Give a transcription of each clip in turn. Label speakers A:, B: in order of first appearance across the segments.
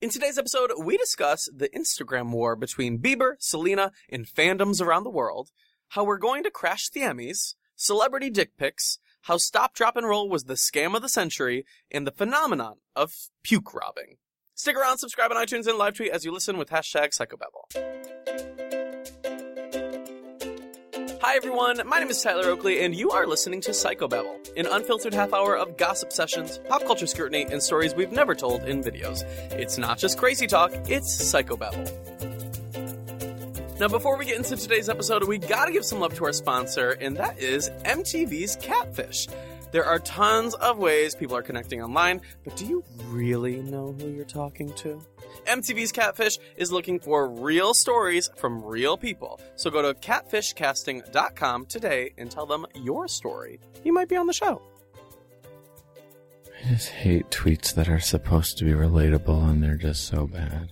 A: In today's episode, we discuss the Instagram war between Bieber, Selena, and fandoms around the world, how we're going to crash the Emmys, celebrity dick pics, how Stop, Drop, and Roll was the scam of the century, and the phenomenon of puke robbing. Stick around, subscribe on iTunes, and live tweet as you listen with hashtag Psychobabble. Hi, everyone. My name is Tyler Oakley, and you are listening to Psychobabble, an unfiltered half hour of gossip sessions, pop culture scrutiny, and stories we've never told in videos. It's not just crazy talk, it's Psychobabble. Now, before we get into today's episode, we gotta give some love to our sponsor, and that is MTV's Catfish. There are tons of ways people are connecting online, but do you really know who you're talking to? MTV's Catfish is looking for real stories from real people. So go to catfishcasting.com today and tell them your story. You might be on the show.
B: I just hate tweets that are supposed to be relatable and they're just so bad.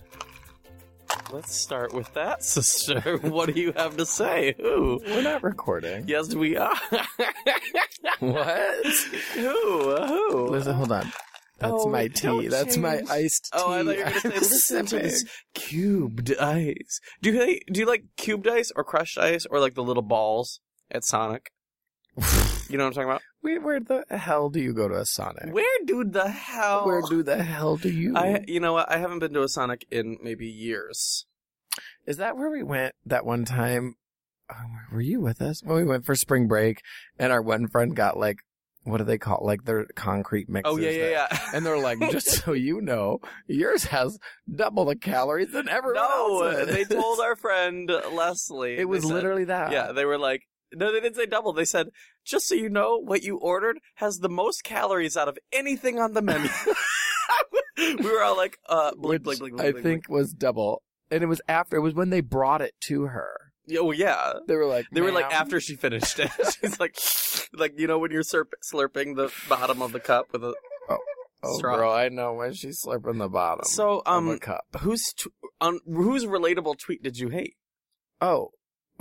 A: Let's start with that, sister. What do you have to say? Who?
B: We're not recording.
A: Yes, we are.
B: What?
A: Who? Who?
B: Listen, hold on. That's
A: Oh,
B: my
A: don't
B: tea. That's my
A: change.
B: iced tea.
A: Oh, I thought you were gonna say, listen
B: I'm
A: to this
B: sipping.
A: cubed ice. Do you like, do you like cubed ice or crushed ice or like the little balls at Sonic? You know what I'm talking about?
B: Wait, where the hell do you go to a Sonic?
A: Where do the hell?
B: Where do the hell do you?
A: I? You know what? I haven't been to a Sonic in maybe years.
B: Is that where we went that one time? Um, were you with us when we went for spring break? And our one friend got like, what do they call like their concrete mixes?
A: Oh yeah, yeah,
B: that-
A: yeah.
B: And they're like, just so you know, yours has double the calories than everyone
A: no,
B: else's.
A: they told our friend Leslie.
B: It was
A: they said-
B: literally that.
A: Yeah, they were like, no, they didn't say double. They said, just so you know, what you ordered has the most calories out of anything on the menu. we were all like, uh, blink, blink, blink,
B: Which
A: blink.
B: I
A: blink, blink.
B: think was double. And it was after, it was when they brought it to her.
A: Yeah, well, Oh, yeah.
B: They were like,
A: They were like
B: "Ma'am."
A: after she finished it. She's like, like you know when you're slurp- slurping the bottom of the cup with a.
B: oh,
A: straw.
B: bro, Oh, I know when she's slurping the bottom
A: So
B: of a
A: um,
B: cup.
A: whose t- on whose relatable tweet did you hate?
B: Oh,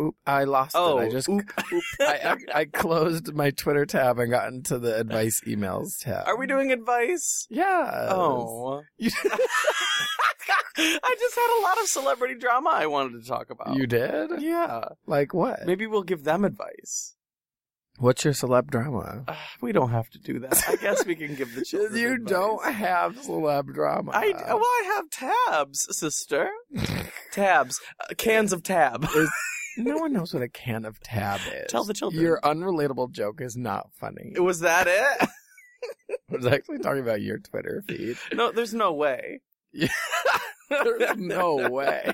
B: oop, I lost
A: Oh,
B: it. I just,
A: oop.
B: I, I, I closed my Twitter tab and got into the advice emails tab.
A: Are we doing advice?
B: Yeah.
A: Oh,
B: You,
A: I just had a lot of celebrity drama I wanted to talk about.
B: you did?
A: yeah.
B: Like what?
A: Maybe we'll give them advice.
B: What's your celeb drama?
A: Uh, we don't have to do that. I guess we can give the children.
B: you
A: advice.
B: don't have celeb drama.
A: I oh, well, I have tabs, sister. tabs, uh, cans of tab.
B: no one knows what a can of tab is.
A: Tell the children.
B: Your unrelatable joke is not funny.
A: Was that it?
B: I was actually talking about your Twitter feed.
A: No, there's no way.
B: There's no way.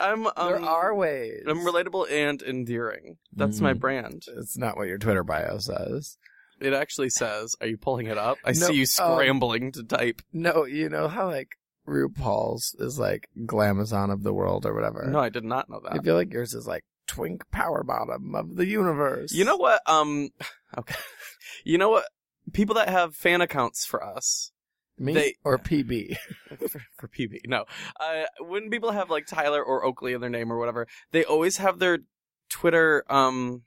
A: I'm. Um,
B: there are ways.
A: I'm relatable and endearing. That's my
B: Mm.
A: brand.
B: It's not what your Twitter bio says.
A: It actually says. Are you pulling it up? I
B: No,
A: see you
B: um,
A: scrambling to type.
B: No, you know how like RuPaul's is like glamazon of the world or whatever.
A: No, I did not know
B: I
A: that.
B: feel like yours is like twink power bottom of the universe.
A: You know what? Um, okay. You know what? People that have fan accounts for us
B: me
A: they-
B: or PB.
A: for, for PB. No, uh, when people have like Tyler or Oakley in their name or whatever, they always have their Twitter. Um,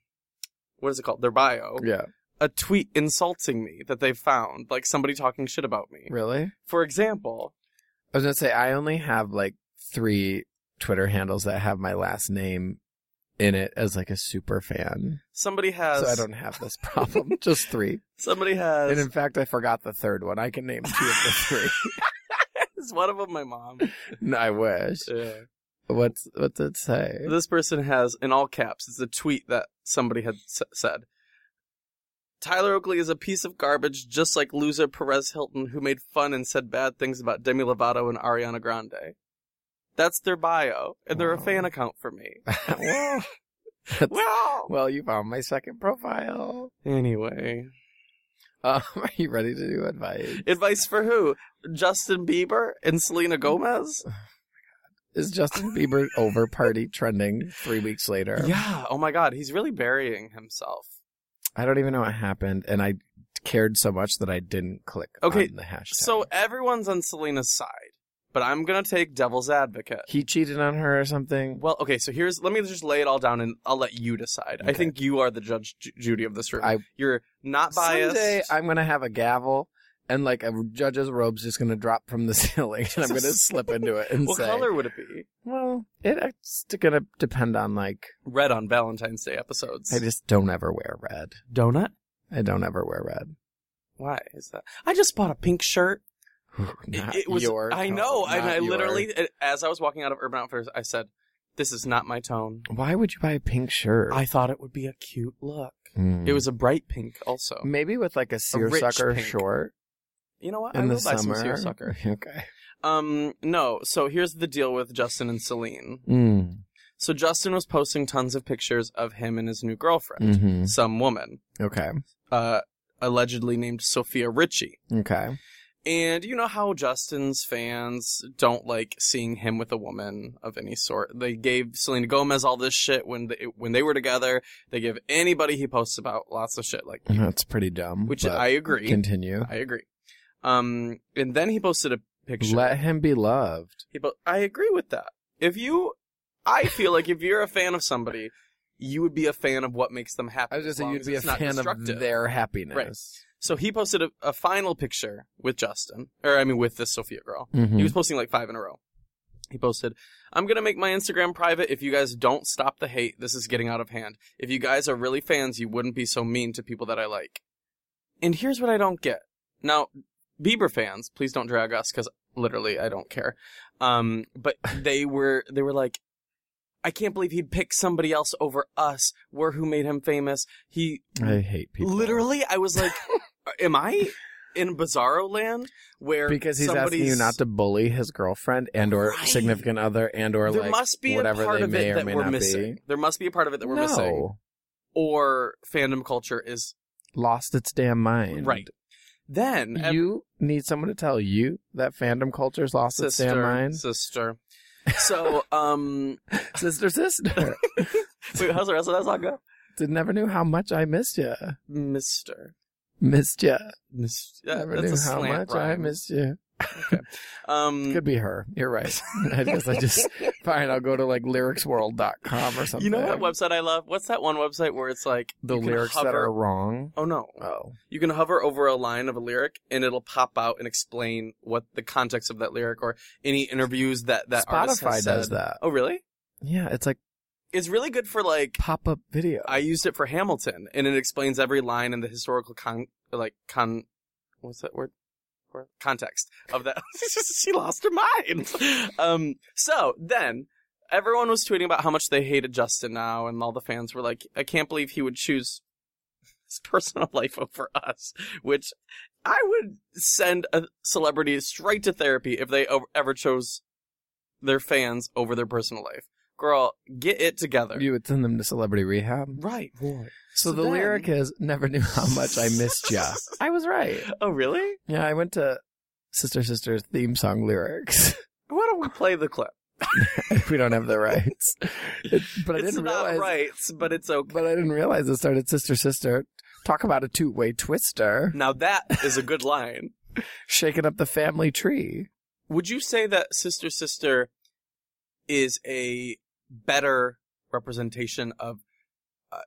A: what is it called? Their bio.
B: yeah,
A: A tweet insulting me that they found, like somebody talking shit about me.
B: really.
A: For example,
B: I was gonna say I only have like three Twitter handles that have my last name in it as like a super fan,
A: somebody has.
B: so I don't have this problem. Just three,
A: Somebody
B: and
A: has.
B: in fact, I forgot the third one. I can name two of the three.
A: Is one of them my mom?
B: No, I wish.
A: Yeah.
B: What's what's it say?
A: This person has, in all caps, it's a tweet that somebody had s- said. Tyler Oakley is a piece of garbage, just like loser Perez Hilton, who made fun and said bad things about Demi Lovato and Ariana Grande. That's their bio, and they're a
B: Wow.
A: fan account for me.
B: well,
A: well,
B: well, you found my second profile.
A: anyway,
B: Um, are you ready to do advice?
A: advice for who? Justin Bieber and Selena Gomez?
B: Is Justin Bieber over party trending three weeks later?
A: Yeah. Oh my God, he's really burying himself.
B: I don't even know what happened, and I cared so much that I didn't click
A: Okay,
B: on the hashtag.
A: So everyone's on Selena's side, but I'm gonna take devil's advocate.
B: he cheated on her or something.
A: Well, okay, so here's let me just lay it all down and I'll let you decide. I
B: Okay.
A: think you are the judge Ju- Judy of this room.
B: I-
A: You're not biased.
B: Someday I'm gonna have a gavel and like a judge's robe's just gonna drop from the ceiling, and I'm gonna slip into it and
A: What
B: say,
A: color would it be?
B: "Well, it, it's gonna depend on like."
A: Red on Valentine's Day episodes.
B: I just don't ever wear red.
A: Donut?
B: I don't ever wear red.
A: Why is that? I just bought a pink shirt.
B: Not
A: it was.
B: your
A: I
B: color,
A: know, and
B: not
A: I
B: your-
A: literally, as I was walking out of Urban Outfitters, I said, "This is not my tone."
B: Why would you buy a pink shirt?
A: I thought it would be a cute look.
B: Hmm.
A: It was a bright pink, also.
B: maybe with like a
A: rich
B: seersucker
A: pink.
B: short
A: You know what?
B: in
A: I
B: the
A: will buy some
B: summer.
A: seersucker.
B: Okay.
A: Um, no. So here's the deal with Justin and Celine.
B: Mm.
A: So Justin was posting tons of pictures of him and his new girlfriend,
B: hmm
A: some woman,
B: Okay.
A: uh, allegedly named Sophia Ritchie.
B: Okay.
A: And you know how Justin's fans don't like seeing him with a woman of any sort. They gave Selena Gomez all this shit when they, when they were together. They give anybody he posts about lots of shit like
B: That's pretty dumb.
A: which
B: but
A: I agree.
B: continue.
A: I agree. Um and then he posted a picture.
B: Let him be loved.
A: he po- I agree with that. If you I feel like if you're a fan of somebody, you would be a fan of what makes them happy.
B: I was just
A: as
B: saying
A: long
B: you'd
A: as
B: be a
A: it's not
B: fan of
A: destructive.
B: their happiness.
A: So he posted a, a final picture with Justin, or I mean with this Sophia girl.
B: Mhm.
A: He was posting like five in a row. He posted, I'm going to make my Instagram private. If you guys don't stop the hate, this is getting out of hand. If you guys are really fans, you wouldn't be so mean to people that I like. And here's what I don't get. Now, Bieber fans, please don't drag us because literally I don't care. Um, but they were, they were like, I can't believe he'd pick somebody else over us. We're who made him famous. He
B: I hate people.
A: literally, I was like, am I in bizarro land where
B: Because he's
A: somebody's...
B: asking you not to bully his girlfriend and or
A: Right.
B: significant other and or
A: there
B: like
A: must be
B: whatever
A: a part
B: they
A: of
B: may
A: it
B: or
A: that
B: may
A: we're
B: not
A: missing.
B: be.
A: There must be a part of it that we're
B: no.
A: missing, or fandom culture is
B: Lost its damn mind.
A: right. Then ev-
B: You need someone to tell you that fandom culture's lost its damn
A: sister,
B: mind.
A: sister. So um,
B: Sister, sister.
A: wait, how's the rest of that song go?
B: Did never knew how much I missed you.
A: Mister,
B: Missed you.
A: Miss, yeah,
B: never
A: that's
B: knew
A: a
B: how
A: slant
B: much I
A: rhyme.
B: missed you.
A: Um,
B: Could be her. You're right. I guess I just fine. I'll go to like lyricsworld.com or something.
A: you know what website I love? What's that one website where it's like
B: The
A: you can
B: lyrics that
A: hover-
B: are wrong.
A: Oh no!
B: Oh,
A: You can hover over a line of a lyric, and it'll pop out and explain what the context of that lyric or any interviews that that artist
B: Spotify
A: has
B: does
A: said.
B: that.
A: Oh, really?
B: Yeah, it's like
A: It's really good for like
B: pop-up video.
A: I used it for Hamilton, and it explains every line in the historical con, like con, what's that word? For- Context of that. she lost her mind. Um. So then. Everyone was tweeting about how much they hated Justin now, and all the fans were like, "I can't believe he would choose his personal life over us." Which I would send a celebrity straight to therapy if they o- ever chose their fans over their personal life. Girl, get it together.
B: you would send them to celebrity rehab.
A: right.
B: So,
A: So
B: the
A: then-
B: lyric is "Never knew how much I missed ya." I was right.
A: Oh, really?
B: Yeah, I went to Sister Sister's theme song lyrics.
A: Why don't we play the clip?
B: we don't have the rights, It- but I
A: it's
B: didn't
A: not
B: realize.
A: rights, but it's okay.
B: But I didn't realize it started Sister Sister. Talk about a two-way twister,
A: Now that is a good line.
B: shaking up the family tree.
A: Would you say that Sister Sister is a better representation of uh,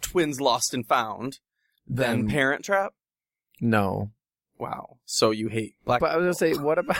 A: twins lost and found than
B: Then
A: Parent Trap?
B: no.
A: Wow. So you hate black?
B: But I was gonna say, what about?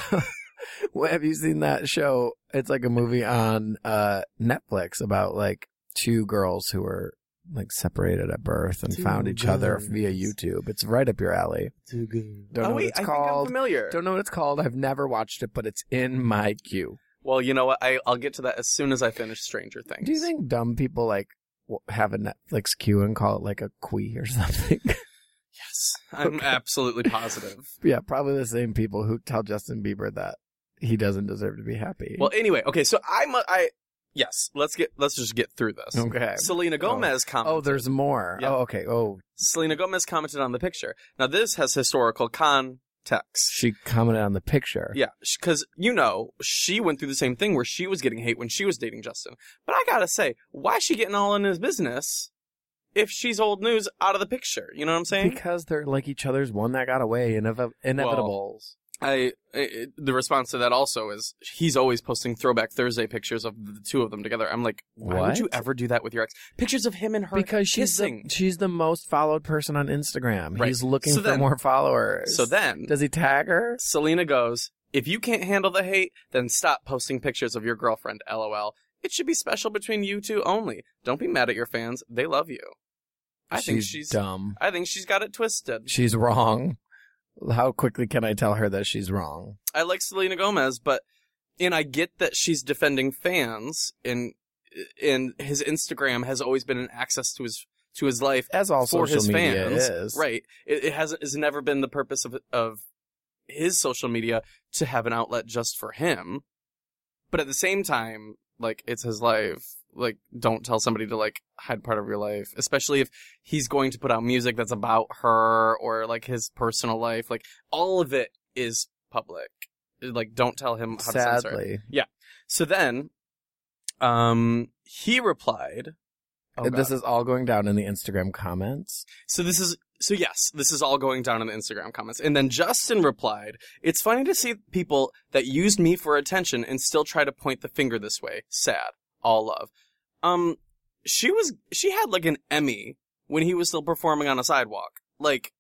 B: what, have you seen that show? It's like a movie on uh, Netflix about like two girls who were like separated at birth and
A: Two
B: found each other
A: girls.
B: via YouTube. It's right up your alley.
A: too good.
B: Don't
A: oh wait,
B: know what it's
A: I think I'm
B: called.
A: familiar.
B: Don't know what it's called. I've never watched it, but it's in my queue.
A: Well, you know what? I, I'll get to that as soon as I finish Stranger Things.
B: Do you think dumb people like w- have a Netflix queue and call it like a quee or something?
A: Yes, I'm absolutely positive.
B: yeah, probably the same people who tell Justin Bieber that he doesn't deserve to be happy.
A: Well, anyway, okay. So I mu- I yes. Let's get let's just get through this.
B: okay.
A: Selena Gomez commented.
B: Oh, there's more.
A: Yeah.
B: Oh, okay. Oh,
A: Selena Gomez commented on the picture. Now this has historical context.
B: she commented on the picture.
A: Yeah, because you know she went through the same thing where she was getting hate when she was dating Justin. But I gotta say, why is she getting all in his business if she's old news out of the picture? You know what I'm saying?
B: Because they're like each other's one that got away, inev- inevitables.
A: I, I the response to that also is he's always posting throwback Thursday pictures of the two of them together. I'm like, why would
B: What?
A: you ever do that with your ex? Pictures of him and her
B: because she's the,
A: kissing.
B: she's the most followed person on Instagram.
A: Right.
B: He's looking
A: So
B: for
A: then-
B: more followers.
A: so then
B: does he tag her?
A: Selena goes, "If you can't handle the hate, then stop posting pictures of your girlfriend." LOL. It should be special between you two only. Don't be mad at your fans; they love you. I think she's.
B: dumb.
A: I think she's got it twisted.
B: She's wrong. How quickly can I tell her that she's wrong?
A: I like Selena Gomez, but and I get that she's defending fans, and and his Instagram has always been an access to his to his life
B: As all
A: for
B: social
A: his
B: media
A: fans,
B: is,
A: right? It, it hasn't has never been the purpose of of his social media to have an outlet just for him, but at the same time, like it's his life. Like, don't tell somebody to like hide part of your life, especially if he's going to put out music that's about her or like his personal life. Like, all of it is public. Like, don't tell him how to censor. it.
B: Sadly,
A: So then, um, he replied. Oh,
B: this
A: God.
B: is all going down in the Instagram comments.
A: So this is so yes, this is all going down in the Instagram comments. And then Justin replied, "It's funny to see people that used me for attention and still try to point the finger this way. Sad. All love." Um she was she had like an Emmy when he was still performing on a sidewalk. Like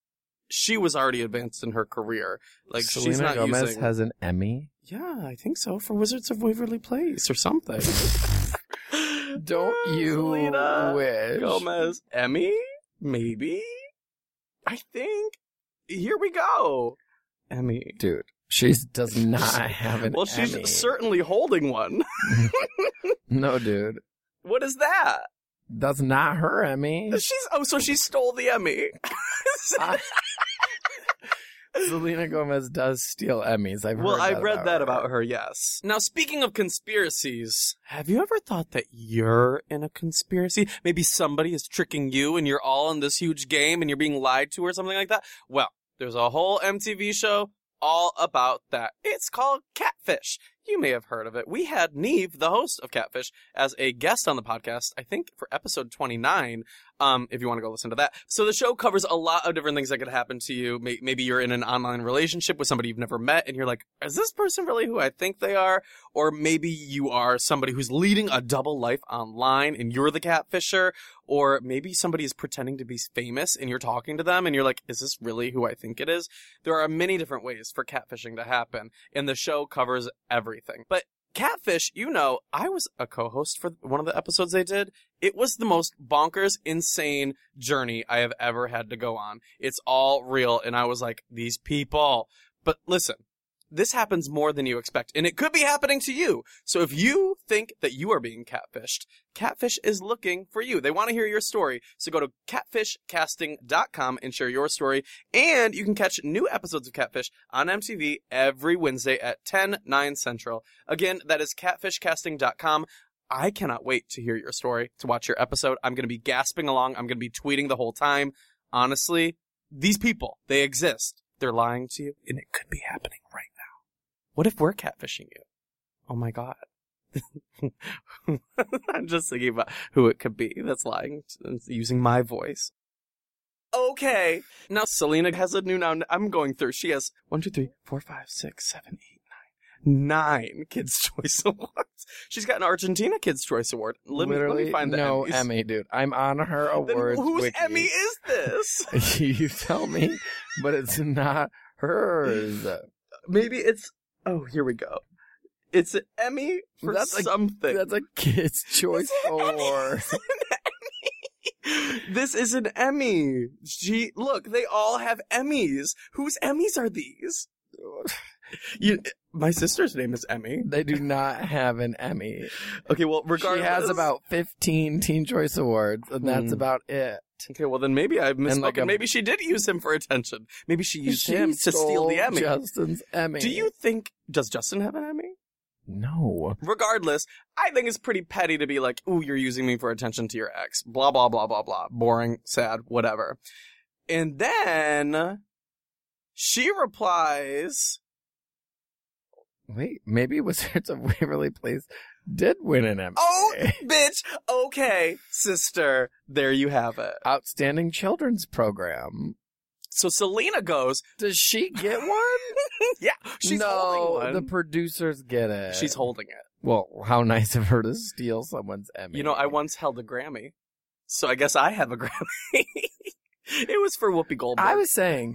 A: she was already advanced in her career. Like
B: Selena
A: she's not
B: Gomez
A: using
B: has an Emmy.
A: Yeah, I think so for Wizards of Waverly Place or something.
B: Don't you
A: Selena.
B: wish?
A: Gomez. Emmy? Maybe? I think. Here we go. Emmy.
B: dude, she does not have an
A: Well, she's
B: Emmy.
A: certainly holding one.
B: no, dude,
A: What is that?
B: that's not her Emmy.
A: She's oh, so she stole the Emmy.
B: I- Selena Gomez does steal Emmys. I've
A: well,
B: heard
A: I
B: that
A: read
B: about
A: that
B: her.
A: about her. Yes. Now, speaking of conspiracies, have you ever thought that you're in a conspiracy? Maybe somebody is tricking you, and you're all in this huge game, and you're being lied to, or something like that. Well, there's a whole MTV show all about that. It's called Catfish. You may have heard of it. We had Neve, the host of Catfish, as a guest on the podcast. I think for episode 29 um, if you want to go listen to that. So the show covers a lot of different things that could happen to you. May- Maybe you're in an online relationship with somebody you've never met and you're like, is this person really who I think they are? Or maybe you are somebody who's leading a double life online and you're the catfisher. Or maybe somebody is pretending to be famous and you're talking to them and you're like, is this really who I think it is? There are many different ways for catfishing to happen and the show covers everything. But Catfish, you know, I was a co-host for one of the episodes they did it was the most bonkers, insane journey I have ever had to go on. It's all real. And I was like, these people. But listen, this happens more than you expect. And it could be happening to you. So if you think that you are being catfished, Catfish is looking for you. They want to hear your story. So go to catfishcasting.com and share your story. And you can catch new episodes of Catfish on MTV every Wednesday at 10, 9 central. Again, that is catfishcasting.com. I cannot wait to hear your story, to watch your episode. I'm going to be gasping along. I'm going to be tweeting the whole time. Honestly, these people, they exist. They're lying to you, and it could be happening right now. What if we're catfishing you? Oh my God. I'm just thinking about who it could be that's lying, and using my voice. Okay. Now, Selena has a new noun. I'm going through. She has one, two, three, four, five, six, seven, eight, nine, nine Kids' Choice Awards. She's got an Argentina Kids' Choice Award. Let me, let me
B: Literally,
A: find the
B: no
A: Emmys.
B: Emmy, dude. I'm on her
A: Then
B: awards.
A: whose
B: wiki.
A: Emmy is this?
B: you tell me, but it's not hers.
A: Maybe it's. Oh, here we go. It's an Emmy for
B: That's a-
A: something.
B: That's a Kids Choice Award.
A: this is an Emmy. She look, they all have Emmys. Whose Emmys are these? You, my sister's name is Emmy.
B: They do not have an Emmy.
A: Okay, well, regardless,
B: She has about 15 Teen Choice Awards, and that's
A: Hmm.
B: about it.
A: Okay, well then maybe I misspoke.
B: And like
A: and
B: a-
A: maybe she did use him for attention. Maybe she used
B: She
A: him to steal
B: stole
A: the Emmy.
B: Justin's Emmy.
A: Do you think does Justin have an Emmy?
B: No.
A: Regardless, I think it's pretty petty to be like, ooh, you're using me for attention to your ex. Blah, blah, blah, blah, blah. Boring, sad, whatever. And then she replies,
B: Wait, maybe Wizards of Waverly Place did win an Emmy.
A: oh, bitch, okay, sister, there you have it.
B: Outstanding Children's Program.
A: So Selena goes,
B: Does she get one?
A: yeah, she's
B: no,
A: holding
B: the
A: one.
B: producers get it.
A: she's holding it.
B: Well, how nice of her to steal someone's Emmy.
A: You know, I once held a Grammy, so I guess I have a Grammy. it was for Whoopi Goldberg.
B: I was saying,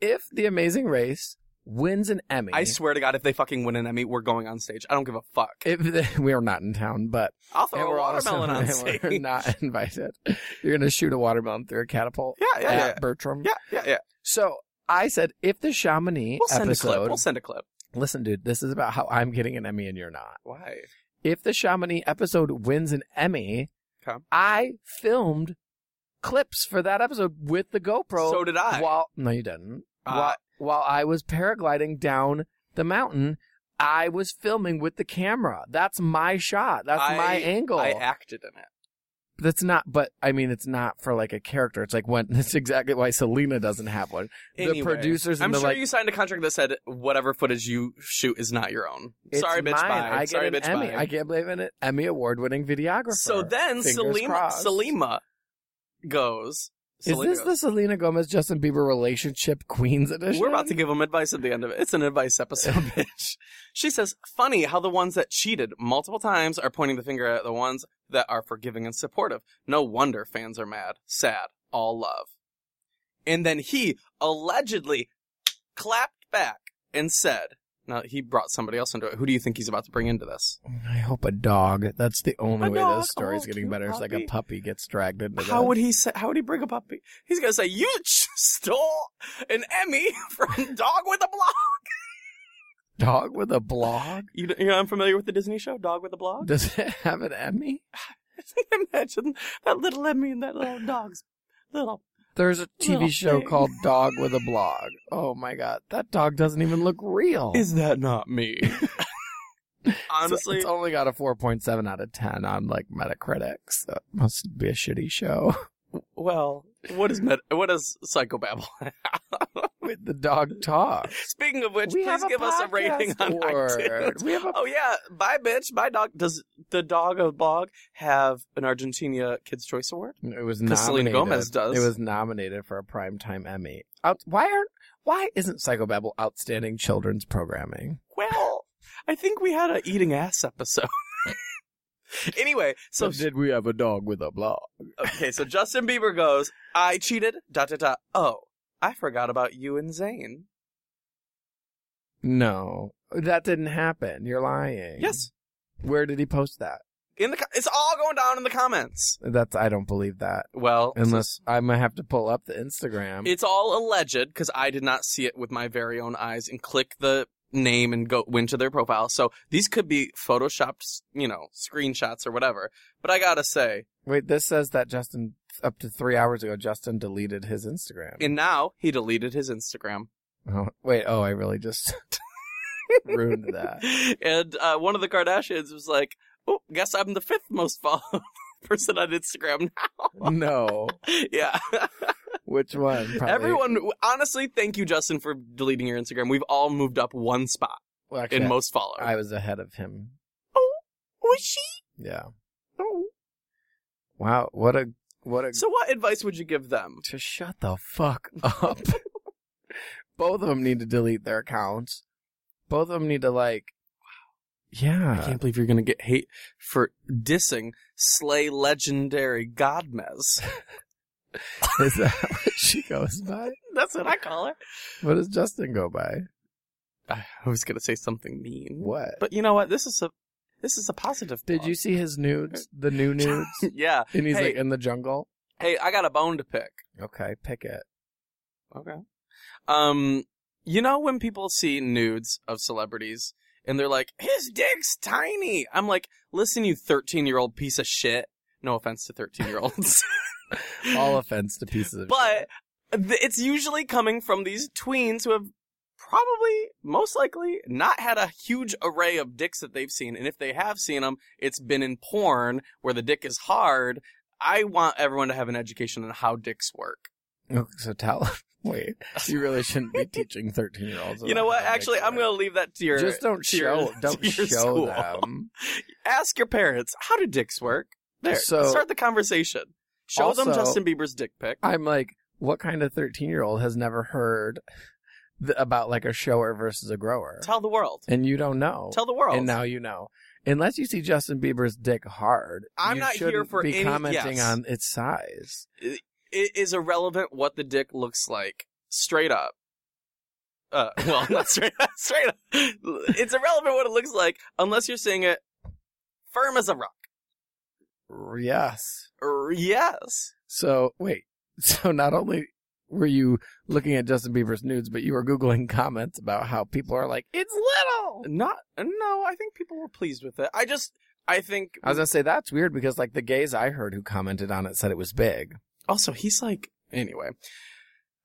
B: if The Amazing Race wins an Emmy,
A: I swear to God, if they fucking win an Emmy, we're going on stage. I don't give a fuck.
B: if we are not in town, but
A: I'll throw
B: and
A: a
B: we're also-
A: watermelon on
B: and
A: stage.
B: we're not invited. You're gonna shoot a watermelon through a catapult
A: yeah, yeah,
B: at
A: yeah,
B: Bertram.
A: yeah, yeah, yeah.
B: So I said, if the Chamonix
A: We'll send a clip.
B: episode,
A: We'll send a clip.
B: listen, dude, this is about how I'm getting an Emmy and you're not.
A: Why?
B: If the Chamonix episode wins an Emmy,
A: Okay.
B: I filmed clips for that episode with the GoPro.
A: so did I.
B: While no, you didn't.
A: Uh,
B: while while I was paragliding down the mountain, I was filming with the camera. That's my shot. That's
A: I-
B: my angle.
A: I acted in it.
B: That's not, but I mean, it's not for like a character. It's like when that's exactly why Selena doesn't have one.
A: Anyway,
B: the producers
A: I'm
B: and the
A: sure
B: like,
A: you signed a contract that said whatever footage you shoot is not your own.
B: it's
A: Sorry, bitch.
B: mine.
A: Bye.
B: I get
A: Sorry,
B: an
A: bitch.
B: Emmy.
A: Bye.
B: I can't believe it. An Emmy award winning videographer.
A: so then
B: Fingers
A: Selima,
B: crossed.
A: Selima goes.
B: is
A: Selena
B: this
A: goes,
B: the Selena Gomez Justin Bieber relationship queens edition?
A: We're about to give them advice at the end of it. It's an advice episode, bitch. She says, funny how the ones that cheated multiple times are pointing the finger at the ones that are forgiving and supportive. No wonder fans are mad. Sad. All love. And then he allegedly clapped back and said, now he brought somebody else into it. Who do you think he's about to bring into this?
B: I hope a dog. That's the only
A: A
B: way
A: dog.
B: this story's
A: Oh,
B: getting
A: cute
B: better. It's like a
A: puppy.
B: puppy gets dragged into
A: How
B: this.
A: would he say, how would he bring a puppy? He's gonna say, you stole an Emmy from Dog with a Blog.
B: dog with a blog?
A: You, you're unfamiliar with the Disney show, Dog with a Blog?
B: Does it have an Emmy?
A: Imagine that little Emmy and that little dog's little.
B: There's a TV
A: Little
B: show
A: thing.
B: called Dog with a Blog. Oh my god, that dog doesn't even look real.
A: Is that not me?
B: So
A: Honestly,
B: it's only got a 4.7 out of 10 on like Metacritic. So it must be a shitty show.
A: well, what is med- what is psychobabble?
B: With the dog talk.
A: Speaking of which,
B: We
A: please
B: have a
A: give us a
B: podcast
A: rating on
B: award.
A: iTunes.
B: We have a
A: Oh yeah, bye bitch, bye dog. Does the dog of blog have an Argentina Kids Choice Award?
B: It was
A: 'Cause
B: nominated.
A: Selena Gomez does.
B: It was nominated for a primetime Emmy. Out- why aren't why isn't Psychobabble outstanding children's programming?
A: Well, I think we had a eating ass episode. anyway, so
B: did we have a dog with a blog?
A: Okay, so Justin Bieber goes, I cheated, dot, dot, dot. Oh, I forgot about you and Zayn.
B: No, that didn't happen. You're lying.
A: Yes.
B: Where did he post that?
A: In the co- it's all going down in the comments.
B: That's I don't believe that.
A: Well,
B: Unless I might have to pull up the Instagram.
A: it's all alleged because I did not see it with my very own eyes and click the name and go went to their profile. So these could be photoshopped, you know, screenshots or whatever. But I gotta say,
B: Wait, this says that Justin up to three hours ago Justin deleted his Instagram.
A: and now he deleted his Instagram.
B: oh, wait, oh, I really just ruined that.
A: and uh, one of the Kardashians was like, "Oh, guess I'm the fifth most followed person on Instagram now."
B: No,
A: yeah.
B: which one? Probably-
A: Everyone, honestly, thank you, Justin, for deleting your Instagram. We've all moved up one spot
B: Well, actually,
A: in most followers.
B: I was ahead of him.
A: was she?
B: Yeah.
A: Oh.
B: Wow, what a what a
A: So, what advice would you give them?
B: to shut the fuck up. Both of them need to delete their accounts. Both of them need to like
A: I
B: yeah.
A: can't believe you're gonna get hate for dissing Slay legendary Godmez.
B: Is that what she goes by?
A: That's what I call her.
B: What does Justin go by?
A: I was gonna say something mean,
B: What?
A: but you know what? This is a this is a positive.
B: Did you see his nudes? The new nudes?
A: blog. Yeah.
B: And he's
A: Hey.
B: like in the jungle?
A: Hey, I got a bone to pick.
B: Okay, pick it.
A: Okay. Um, you know when people see nudes of celebrities and they're like, "His dick's tiny." I'm like, "Listen, you 13 year old piece of shit." No offense to 13 year olds,
B: All offense to pieces of
A: but
B: shit.
A: th- it's usually coming from these tweens who have probably, most likely, not had a huge array of dicks that they've seen, and if they have seen them, it's been in porn where the dick is hard. I want everyone to have an education on how dicks work.
B: Okay, so tell wait. You really shouldn't be teaching thirteen year olds.
A: You know what? Actually, I'm going to leave that to your.
B: just don't
A: to your-
B: show don't
A: to your
B: show
A: school.
B: them.
A: Ask your parents how do dicks work. There,
B: So-
A: start the conversation. Show them
B: Also-
A: Justin Bieber's dick pic.
B: I'm like, what kind of 13 year old has never heard th- about like a shower versus a grower?
A: Tell the world.
B: and you don't know.
A: Tell the world.
B: And now you know. Unless you see Justin Bieber's dick hard,
A: I'm
B: you
A: not here
B: shouldn't
A: for
B: be
A: any-
B: commenting
A: yes.
B: on its size.
A: it is irrelevant what the dick looks like. Straight up. Uh, well, not straight up. Straight up. It's irrelevant what it looks like unless you're seeing it firm as a rock.
B: R- Yes.
A: Er, Yes.
B: So wait. So not only were you looking at Justin Bieber's nudes, but you were googling comments about how people are like, "It's little."
A: Not. No, I think people were pleased with it. I just. I think.
B: I was gonna say that's weird because like the gays I heard who commented on it said it was big.
A: also, he's like. Anyway.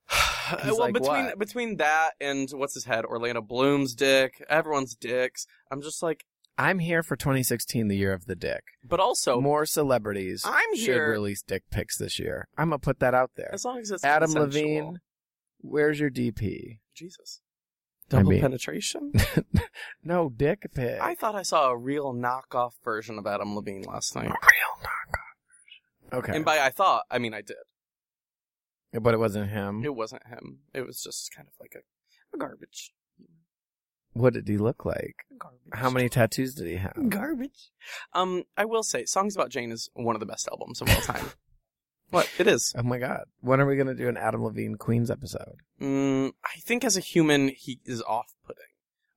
A: well,
B: like,
A: between
B: what?
A: between that and what's his head, Orlando Bloom's dick, everyone's dicks. I'm just like,
B: I'm here for 2016, the year of the dick.
A: but also
B: More celebrities
A: I'm
B: should
A: here
B: release dick pics this year. I'm gonna put that out there.
A: as long as it's
B: Adam
A: consensual.
B: Levine, where's your DP?
A: Jesus.
B: I
A: Double
B: mean-
A: penetration?
B: No dick pic.
A: I thought I saw a real knockoff version of Adam Levine last night.
B: okay,
A: And by I thought, I mean I did.
B: but it wasn't him.
A: It wasn't him. It was just kind of like a, a garbage.
B: What did he look like?
A: Garbage.
B: How many tattoos did he have?
A: Garbage. Um, I will say, Songs About Jane is one of the best albums of all time. what? It is.
B: Oh my god! When are we gonna do an Adam Levine Queens episode?
A: Mm, I think as a human, he is off putting.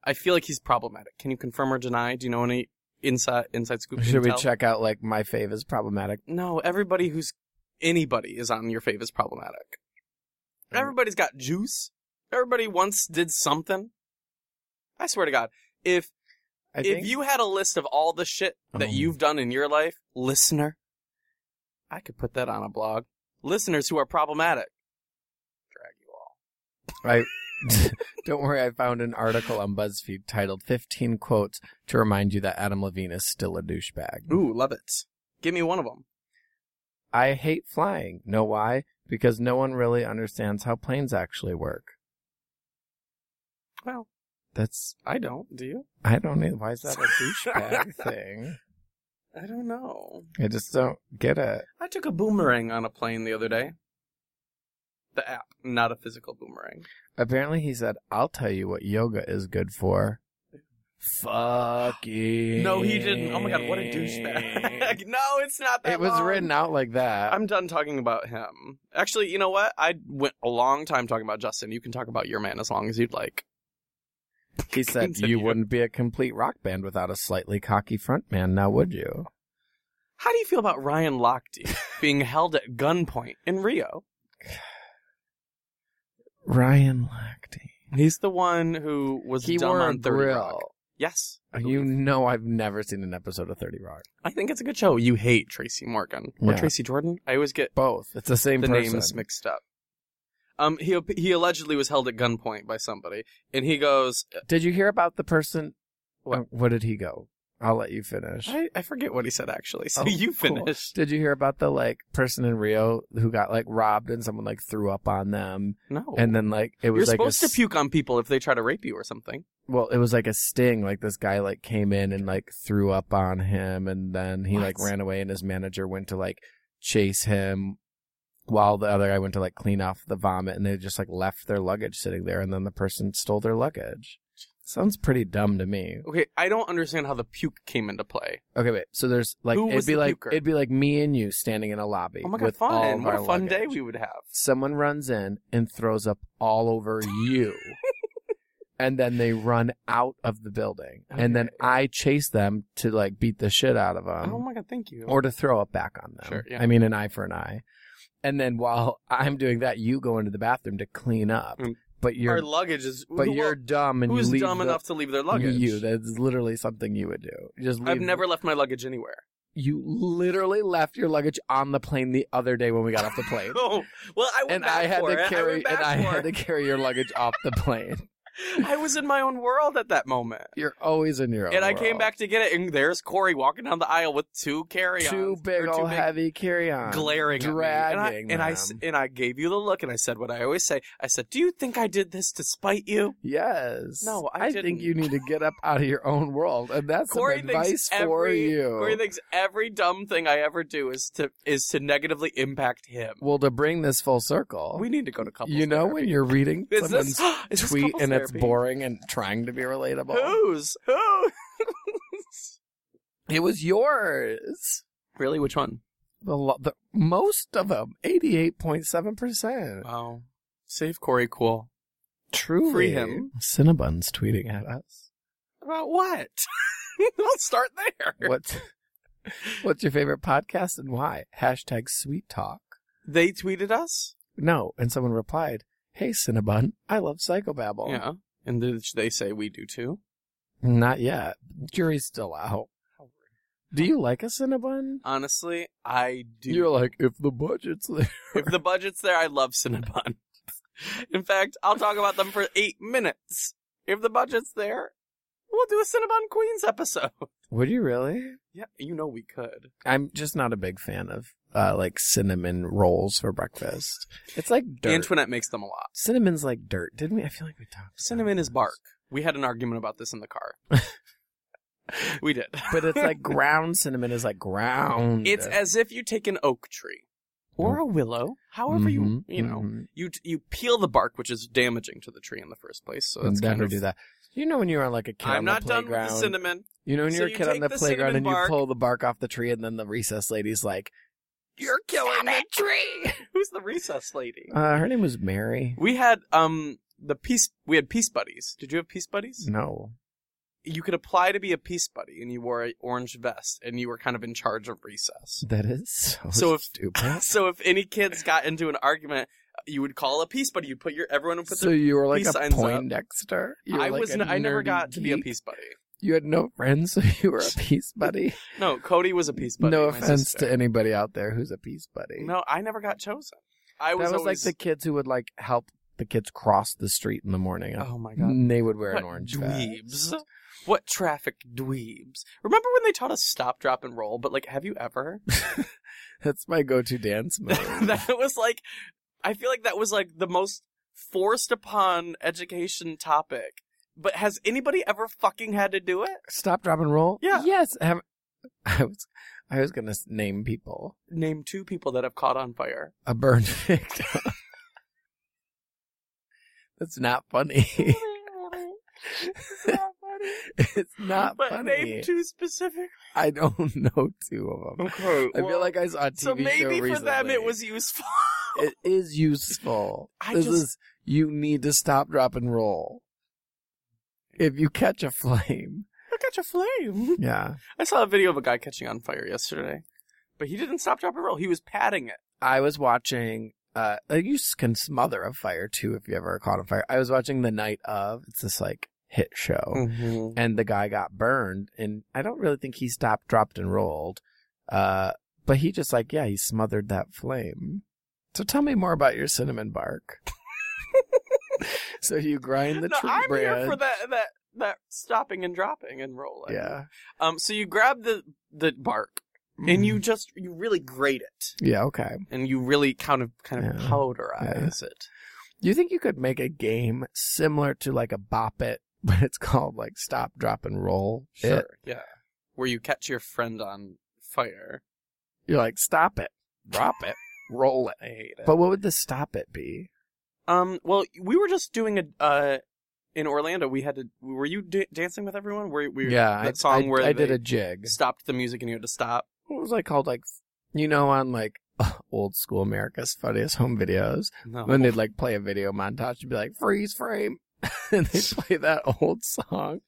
A: I feel like he's problematic. Can you confirm or deny? Do you know any inside, inside scoop? you can
B: Should we
A: tell?
B: check out like my fave is problematic?
A: No, everybody who's anybody is on your fave is problematic.
B: Mm.
A: Everybody's got juice. Everybody once did something. I swear to God, if
B: I
A: if you had a list of all the shit that
B: Um.
A: you've done in your life, listener, I could put that on a blog. Listeners who are problematic, drag you all.
B: I don't worry. I found an article on BuzzFeed titled "15 Quotes to Remind You That Adam Levine Is Still a Douchebag."
A: Ooh, love it. Give me one of them.
B: I hate flying. Know why? Because no one really understands how planes actually work.
A: Well,
B: That's
A: I don't. Do you?
B: I don't know why is that a douchebag thing.
A: I don't know.
B: I just don't get it.
A: I took a boomerang on a plane the other day. The app, not a physical boomerang.
B: Apparently, he said, "I'll tell you what yoga is good for." Fucking.
A: No, he didn't. Oh my god, what a douchebag. no, it's not that
B: it was
A: long.
B: written out like that.
A: I'm done talking about him. Actually, you know what? I went a long time talking about Justin. You can talk about your man as long as you'd like.
B: he said,
A: Continue.
B: "You wouldn't be a complete rock band without a slightly cocky frontman, now would you?"
A: How do you feel about Ryan Lochte being held at gunpoint in Rio?
B: Ryan Lochte.
A: He's the one who was
B: He
A: dumb
B: wore a
A: on 30 Rock.
B: grill.
A: Yes. I
B: You
A: believe.
B: know, I've never seen an episode of Thirty Rock.
A: I think it's a good show. You hate Tracy Morgan or
B: Yeah.
A: Tracy Jordan? I always get
B: Both. It's the same
A: the
B: person.
A: names mixed up. Um, he he allegedly was held at gunpoint by somebody, and he goes,
B: Did you hear about the person?
A: What?
B: Uh, What did he go? I'll let you finish.
A: I, I forget what he said actually. So
B: Oh,
A: you
B: cool.
A: finish.
B: Did you hear about the like person in Rio who got like robbed and someone like threw up on them
A: No.
B: and then like it was
A: You're
B: like a
A: supposed
B: s-
A: to puke on people if they try to rape you or something.
B: well it was like a sting like this guy like came in and like threw up on him and then he like
A: What?
B: ran away and his manager went to like chase him while the other guy went to like clean off the vomit and they just like left their luggage sitting there and then the person stole their luggage. Sounds pretty dumb to me.
A: Okay, I don't understand how the puke came into play.
B: Okay, wait. So there's like
A: Who was
B: it'd be
A: the
B: like
A: puker?
B: it'd be like me and you standing in a lobby.
A: Oh my god,
B: with all of
A: fun. What a
B: our
A: fun day
B: luggage.
A: we would have.
B: someone runs in and throws up all over you. and then they run out of the building. And then
A: Okay.
B: I chase them to like beat the shit out of them
A: oh my god, thank you.
B: Um, or to throw it back on them.
A: Sure, yeah.
B: I mean, an eye for an eye. And then while I'm doing that, you go into the bathroom to clean up.
A: Mm.
B: But
A: our
B: you're
A: luggage is
B: but
A: who-
B: you're dumb and
A: who's
B: you leave
A: dumb
B: the-
A: enough to leave their luggage?
B: You. That's literally something you would do. You Just leave
A: I've never left my luggage anywhere.
B: You literally left your luggage on the plane the other day when we got off the plane.
A: Oh, well, I went
B: and
A: back
B: I had
A: for
B: to
A: it. I
B: carry
A: went back
B: and I
A: for
B: had to
A: it.
B: carry your luggage off the plane.
A: I was in my own world at that moment.
B: You're always in your own.
A: and I came
B: world.
A: back to get it, and there's Corey walking down the aisle with two carry-ons,
B: Too big,
A: or
B: old heavy carry on.
A: glaring at me.
B: dragging
A: And I, and I s-
B: them.
A: and I gave you the look, and I said what I always say. I said, "Do you think I did this to spite you?"
B: Yes.
A: No, I
B: think
A: didn't.
B: you need to get up out of your own world, and that's some
A: Corey thinks
B: advice for
A: every
B: you.
A: Corey thinks every dumb thing I ever do is to is to negatively impact him.
B: well, to bring this full circle,
A: We need to go to couples.
B: you know
A: therapy.
B: when you're reading
A: Is
B: someone's
A: this, is this
B: tweet
A: couples
B: and it's
A: therapy?
B: boring and trying to be relatable.
A: Whose? Who?
B: It was yours.
A: really? Which one?
B: The, lo- the most of them, eighty-eight point seven percent.
A: Wow. Save Corey cool.
B: Truly,
A: free him.
B: Cinnabon's tweeting at us.
A: About what? Let's start there.
B: What's What's your favorite podcast and why? Hashtag Sweet Talk.
A: They tweeted us.
B: No, and someone replied, "Hey Cinnabon, I love Psychobabble."
A: Yeah. uh, And did they say we do too?
B: Not yet. Jury's still out. Do you like a Cinnabon?
A: Honestly, I do.
B: You're like, if the budget's there.
A: if the budget's there, I love Cinnabon. In fact, I'll talk about them for eight minutes. If the budget's there, we'll do a Cinnabon Queens episode.
B: Would you really?
A: Yeah, you know we could.
B: I'm just not a big fan of uh, like cinnamon rolls for breakfast. It's like dirt.
A: Antoinette makes them a lot.
B: Cinnamon's like dirt, didn't we? I feel like we talked.
A: Cinnamon
B: about
A: is
B: this.
A: bark. We had an argument about this in the car. we did.
B: but it's like ground cinnamon is like ground.
A: It's as if you take an oak tree or a willow, however
B: Mhm,
A: you you know
B: mhm.
A: you you peel the bark, which is damaging to the tree in the first place. So
B: I'll
A: that's
B: never
A: kind of
B: do that. You know when you're on like a kid
A: I'm
B: on
A: not
B: the
A: done with
B: playground.
A: the cinnamon.
B: You know when
A: So
B: you're a
A: you
B: kid on
A: take
B: the
A: the
B: playground
A: cinnamon
B: and
A: bark-
B: you pull the bark off the tree, and then the recess lady's like,
A: You're killing the tree. Who's the recess lady?
B: uh, "Her name was Mary."
A: We had um the peace. We had peace buddies. Did you have peace buddies?
B: No,
A: You could apply to be a peace buddy, and you wore an orange vest, and you were kind of in charge of recess.
B: that is so,
A: So if-
B: stupid.
A: so if any kids got into an argument, you would call a peace buddy. You'd put your everyone would put
B: so you were like
A: peace
B: a
A: signs up.
B: Poindexter. You
A: their.
B: were
A: I
B: like
A: was
B: a
A: n- I never
B: nerdy
A: got to be a
B: geek?
A: peace buddy.
B: You had no friends, so you were a peace buddy.
A: No, Cody was a peace buddy.
B: no
A: my
B: offense
A: sister.
B: to anybody out there who's a peace buddy.
A: No, I never got chosen. I
B: that
A: was,
B: was
A: always,
B: like the kids who would like help the kids cross the street in the morning.
A: oh my god,
B: And they would wear
A: what
B: an orange
A: dweebs.
B: vest.
A: What traffic dweebs? Remember when they taught us stop, drop, and roll? But like, have you ever?
B: That's my go-to dance move.
A: that was like, I feel like that was like the most forced upon education topic. But has anybody ever fucking had to do it?
B: Stop, drop, and roll.
A: Yeah.
B: Yes. Have, I was, I was gonna s- name people
A: Name two people that have caught on fire.
B: a burned victim. That's not funny. it's not
A: but
B: funny.
A: name two specific.
B: I don't know two of them.
A: Okay,
B: I feel like I saw a TV
A: so
B: show
A: maybe for them it
B: recently.
A: was useful.
B: It is useful.
A: I
B: this
A: just-
B: is you need to stop, drop, and roll. If you catch a flame,
A: Look at your flame.
B: yeah,
A: I saw a video of a guy catching on fire yesterday, but he didn't stop, drop, and roll. He was patting it.
B: I was watching. Uh, like, you s- can smother a fire too if you ever caught on fire. I was watching the night of. It's this like hit show,
A: Hmm.
B: and the guy got burned. And I don't really think he stopped, dropped, and rolled. Uh, but he just like yeah, he smothered that flame. So tell me more about your cinnamon bark. so you grind the
A: no,
B: tree
A: I'm
B: branch.
A: here for that that that stopping and dropping and rolling.
B: Yeah.
A: Um. So you grab the the bark and
B: Mm-hmm.
A: you just you really grate it
B: Yeah. Okay.
A: and you really kind of kind of
B: Yeah.
A: powderize it.
B: Do you think you could make a game similar to like a Bop It, but it's called like Stop, Drop, and Roll?
A: Sure.
B: It?
A: Yeah. Where you catch your friend on fire.
B: You're like stop it, drop it, roll it.
A: I hate it.
B: But what would the stop it be?
A: Um. Well, we were just doing a. Uh, in Orlando, we had to. Were you da- dancing with everyone? Were we?
B: I,
A: That song
B: I,
A: where
B: I did
A: they
B: a jig.
A: stopped the music and you had to stop.
B: What was I called? Like you know, on like old school America's Funniest Home Videos,
A: No.
B: when they'd like play a video montage and be like freeze frame, and they play that old song.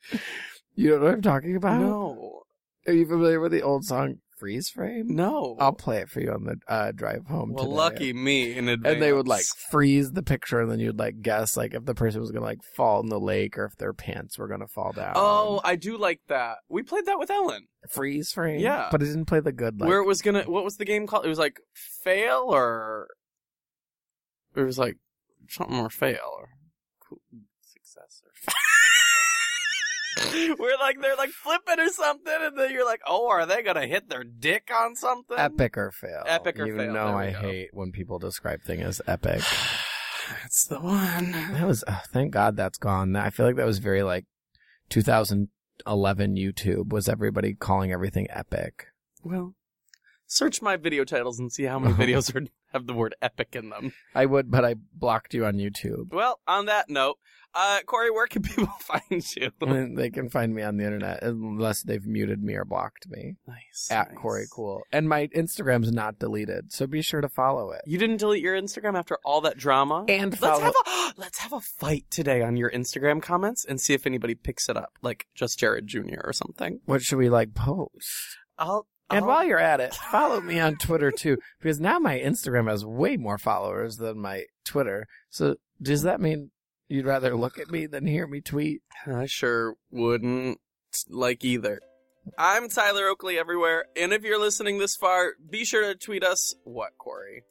B: You know what I'm talking about?
A: no.
B: Are you familiar with the old song freeze frame?
A: No.
B: I'll play it for you on the uh, drive home.
A: well,
B: today.
A: lucky me in advance.
B: And they would like freeze the picture, and then you'd like guess like if the person was gonna like fall in the lake or if their pants were gonna fall down.
A: Oh, I do like that. We played that with Ellen.
B: freeze frame.
A: Yeah.
B: but it didn't play the good like
A: where it was gonna. What was the game called? It was like fail or. It was like something or fail or cool- success or We're like they're like flipping or something, and then you're like, oh, are they gonna hit their dick on something?
B: Epic or fail.
A: Epic or
B: you
A: fail,
B: know
A: there we
B: I
A: go.
B: hate when people describe things as epic.
A: That's the one.
B: That was uh, thank God that's gone. I feel like that was very like 2011 YouTube was everybody calling everything epic.
A: Well, search my video titles and see how many videos are, have the word epic in them.
B: I would, but I blocked you on YouTube.
A: Well, on that note, uh, Corey, where can people find you?
B: And they can find me on the internet unless they've muted me or blocked me
A: Nice.
B: at Corey Cool. And my Instagram's not deleted, so be sure to follow it.
A: You didn't delete your Instagram after all that drama.
B: And
A: Let's
B: follow
A: have a let's have a fight today on your Instagram comments and see if anybody picks it up, like just Jared Jr. or something.
B: what should we like post?
A: I'll
B: And
A: I'll-
B: while you're at it, follow me on Twitter too, because now my Instagram has way more followers than my Twitter. So does that mean you'd rather look at me than hear me tweet?
A: I sure wouldn't like either. I'm Tyler Oakley everywhere, and if you're listening this far, be sure to tweet us what Corey.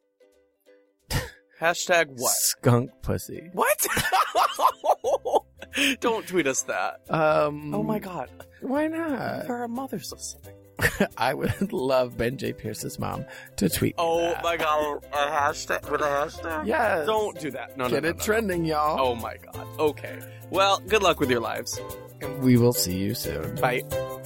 A: Hashtag what?
B: Skunk pussy.
A: What? Don't tweet us that. Mm,
B: Um.
A: Oh my god,
B: Why not?
A: there are mothers listening.
B: I would love Ben J. Pierce's mom to tweet. me
A: Oh
B: that.
A: my god, a hashtag with a hashtag.
B: Yes.
A: Don't do that. No, no,
B: get
A: no, no,
B: it
A: Oh no.
B: trending, y'all.
A: Oh my god. Okay. Well, good luck with your lives.
B: We will see you soon.
A: Bye.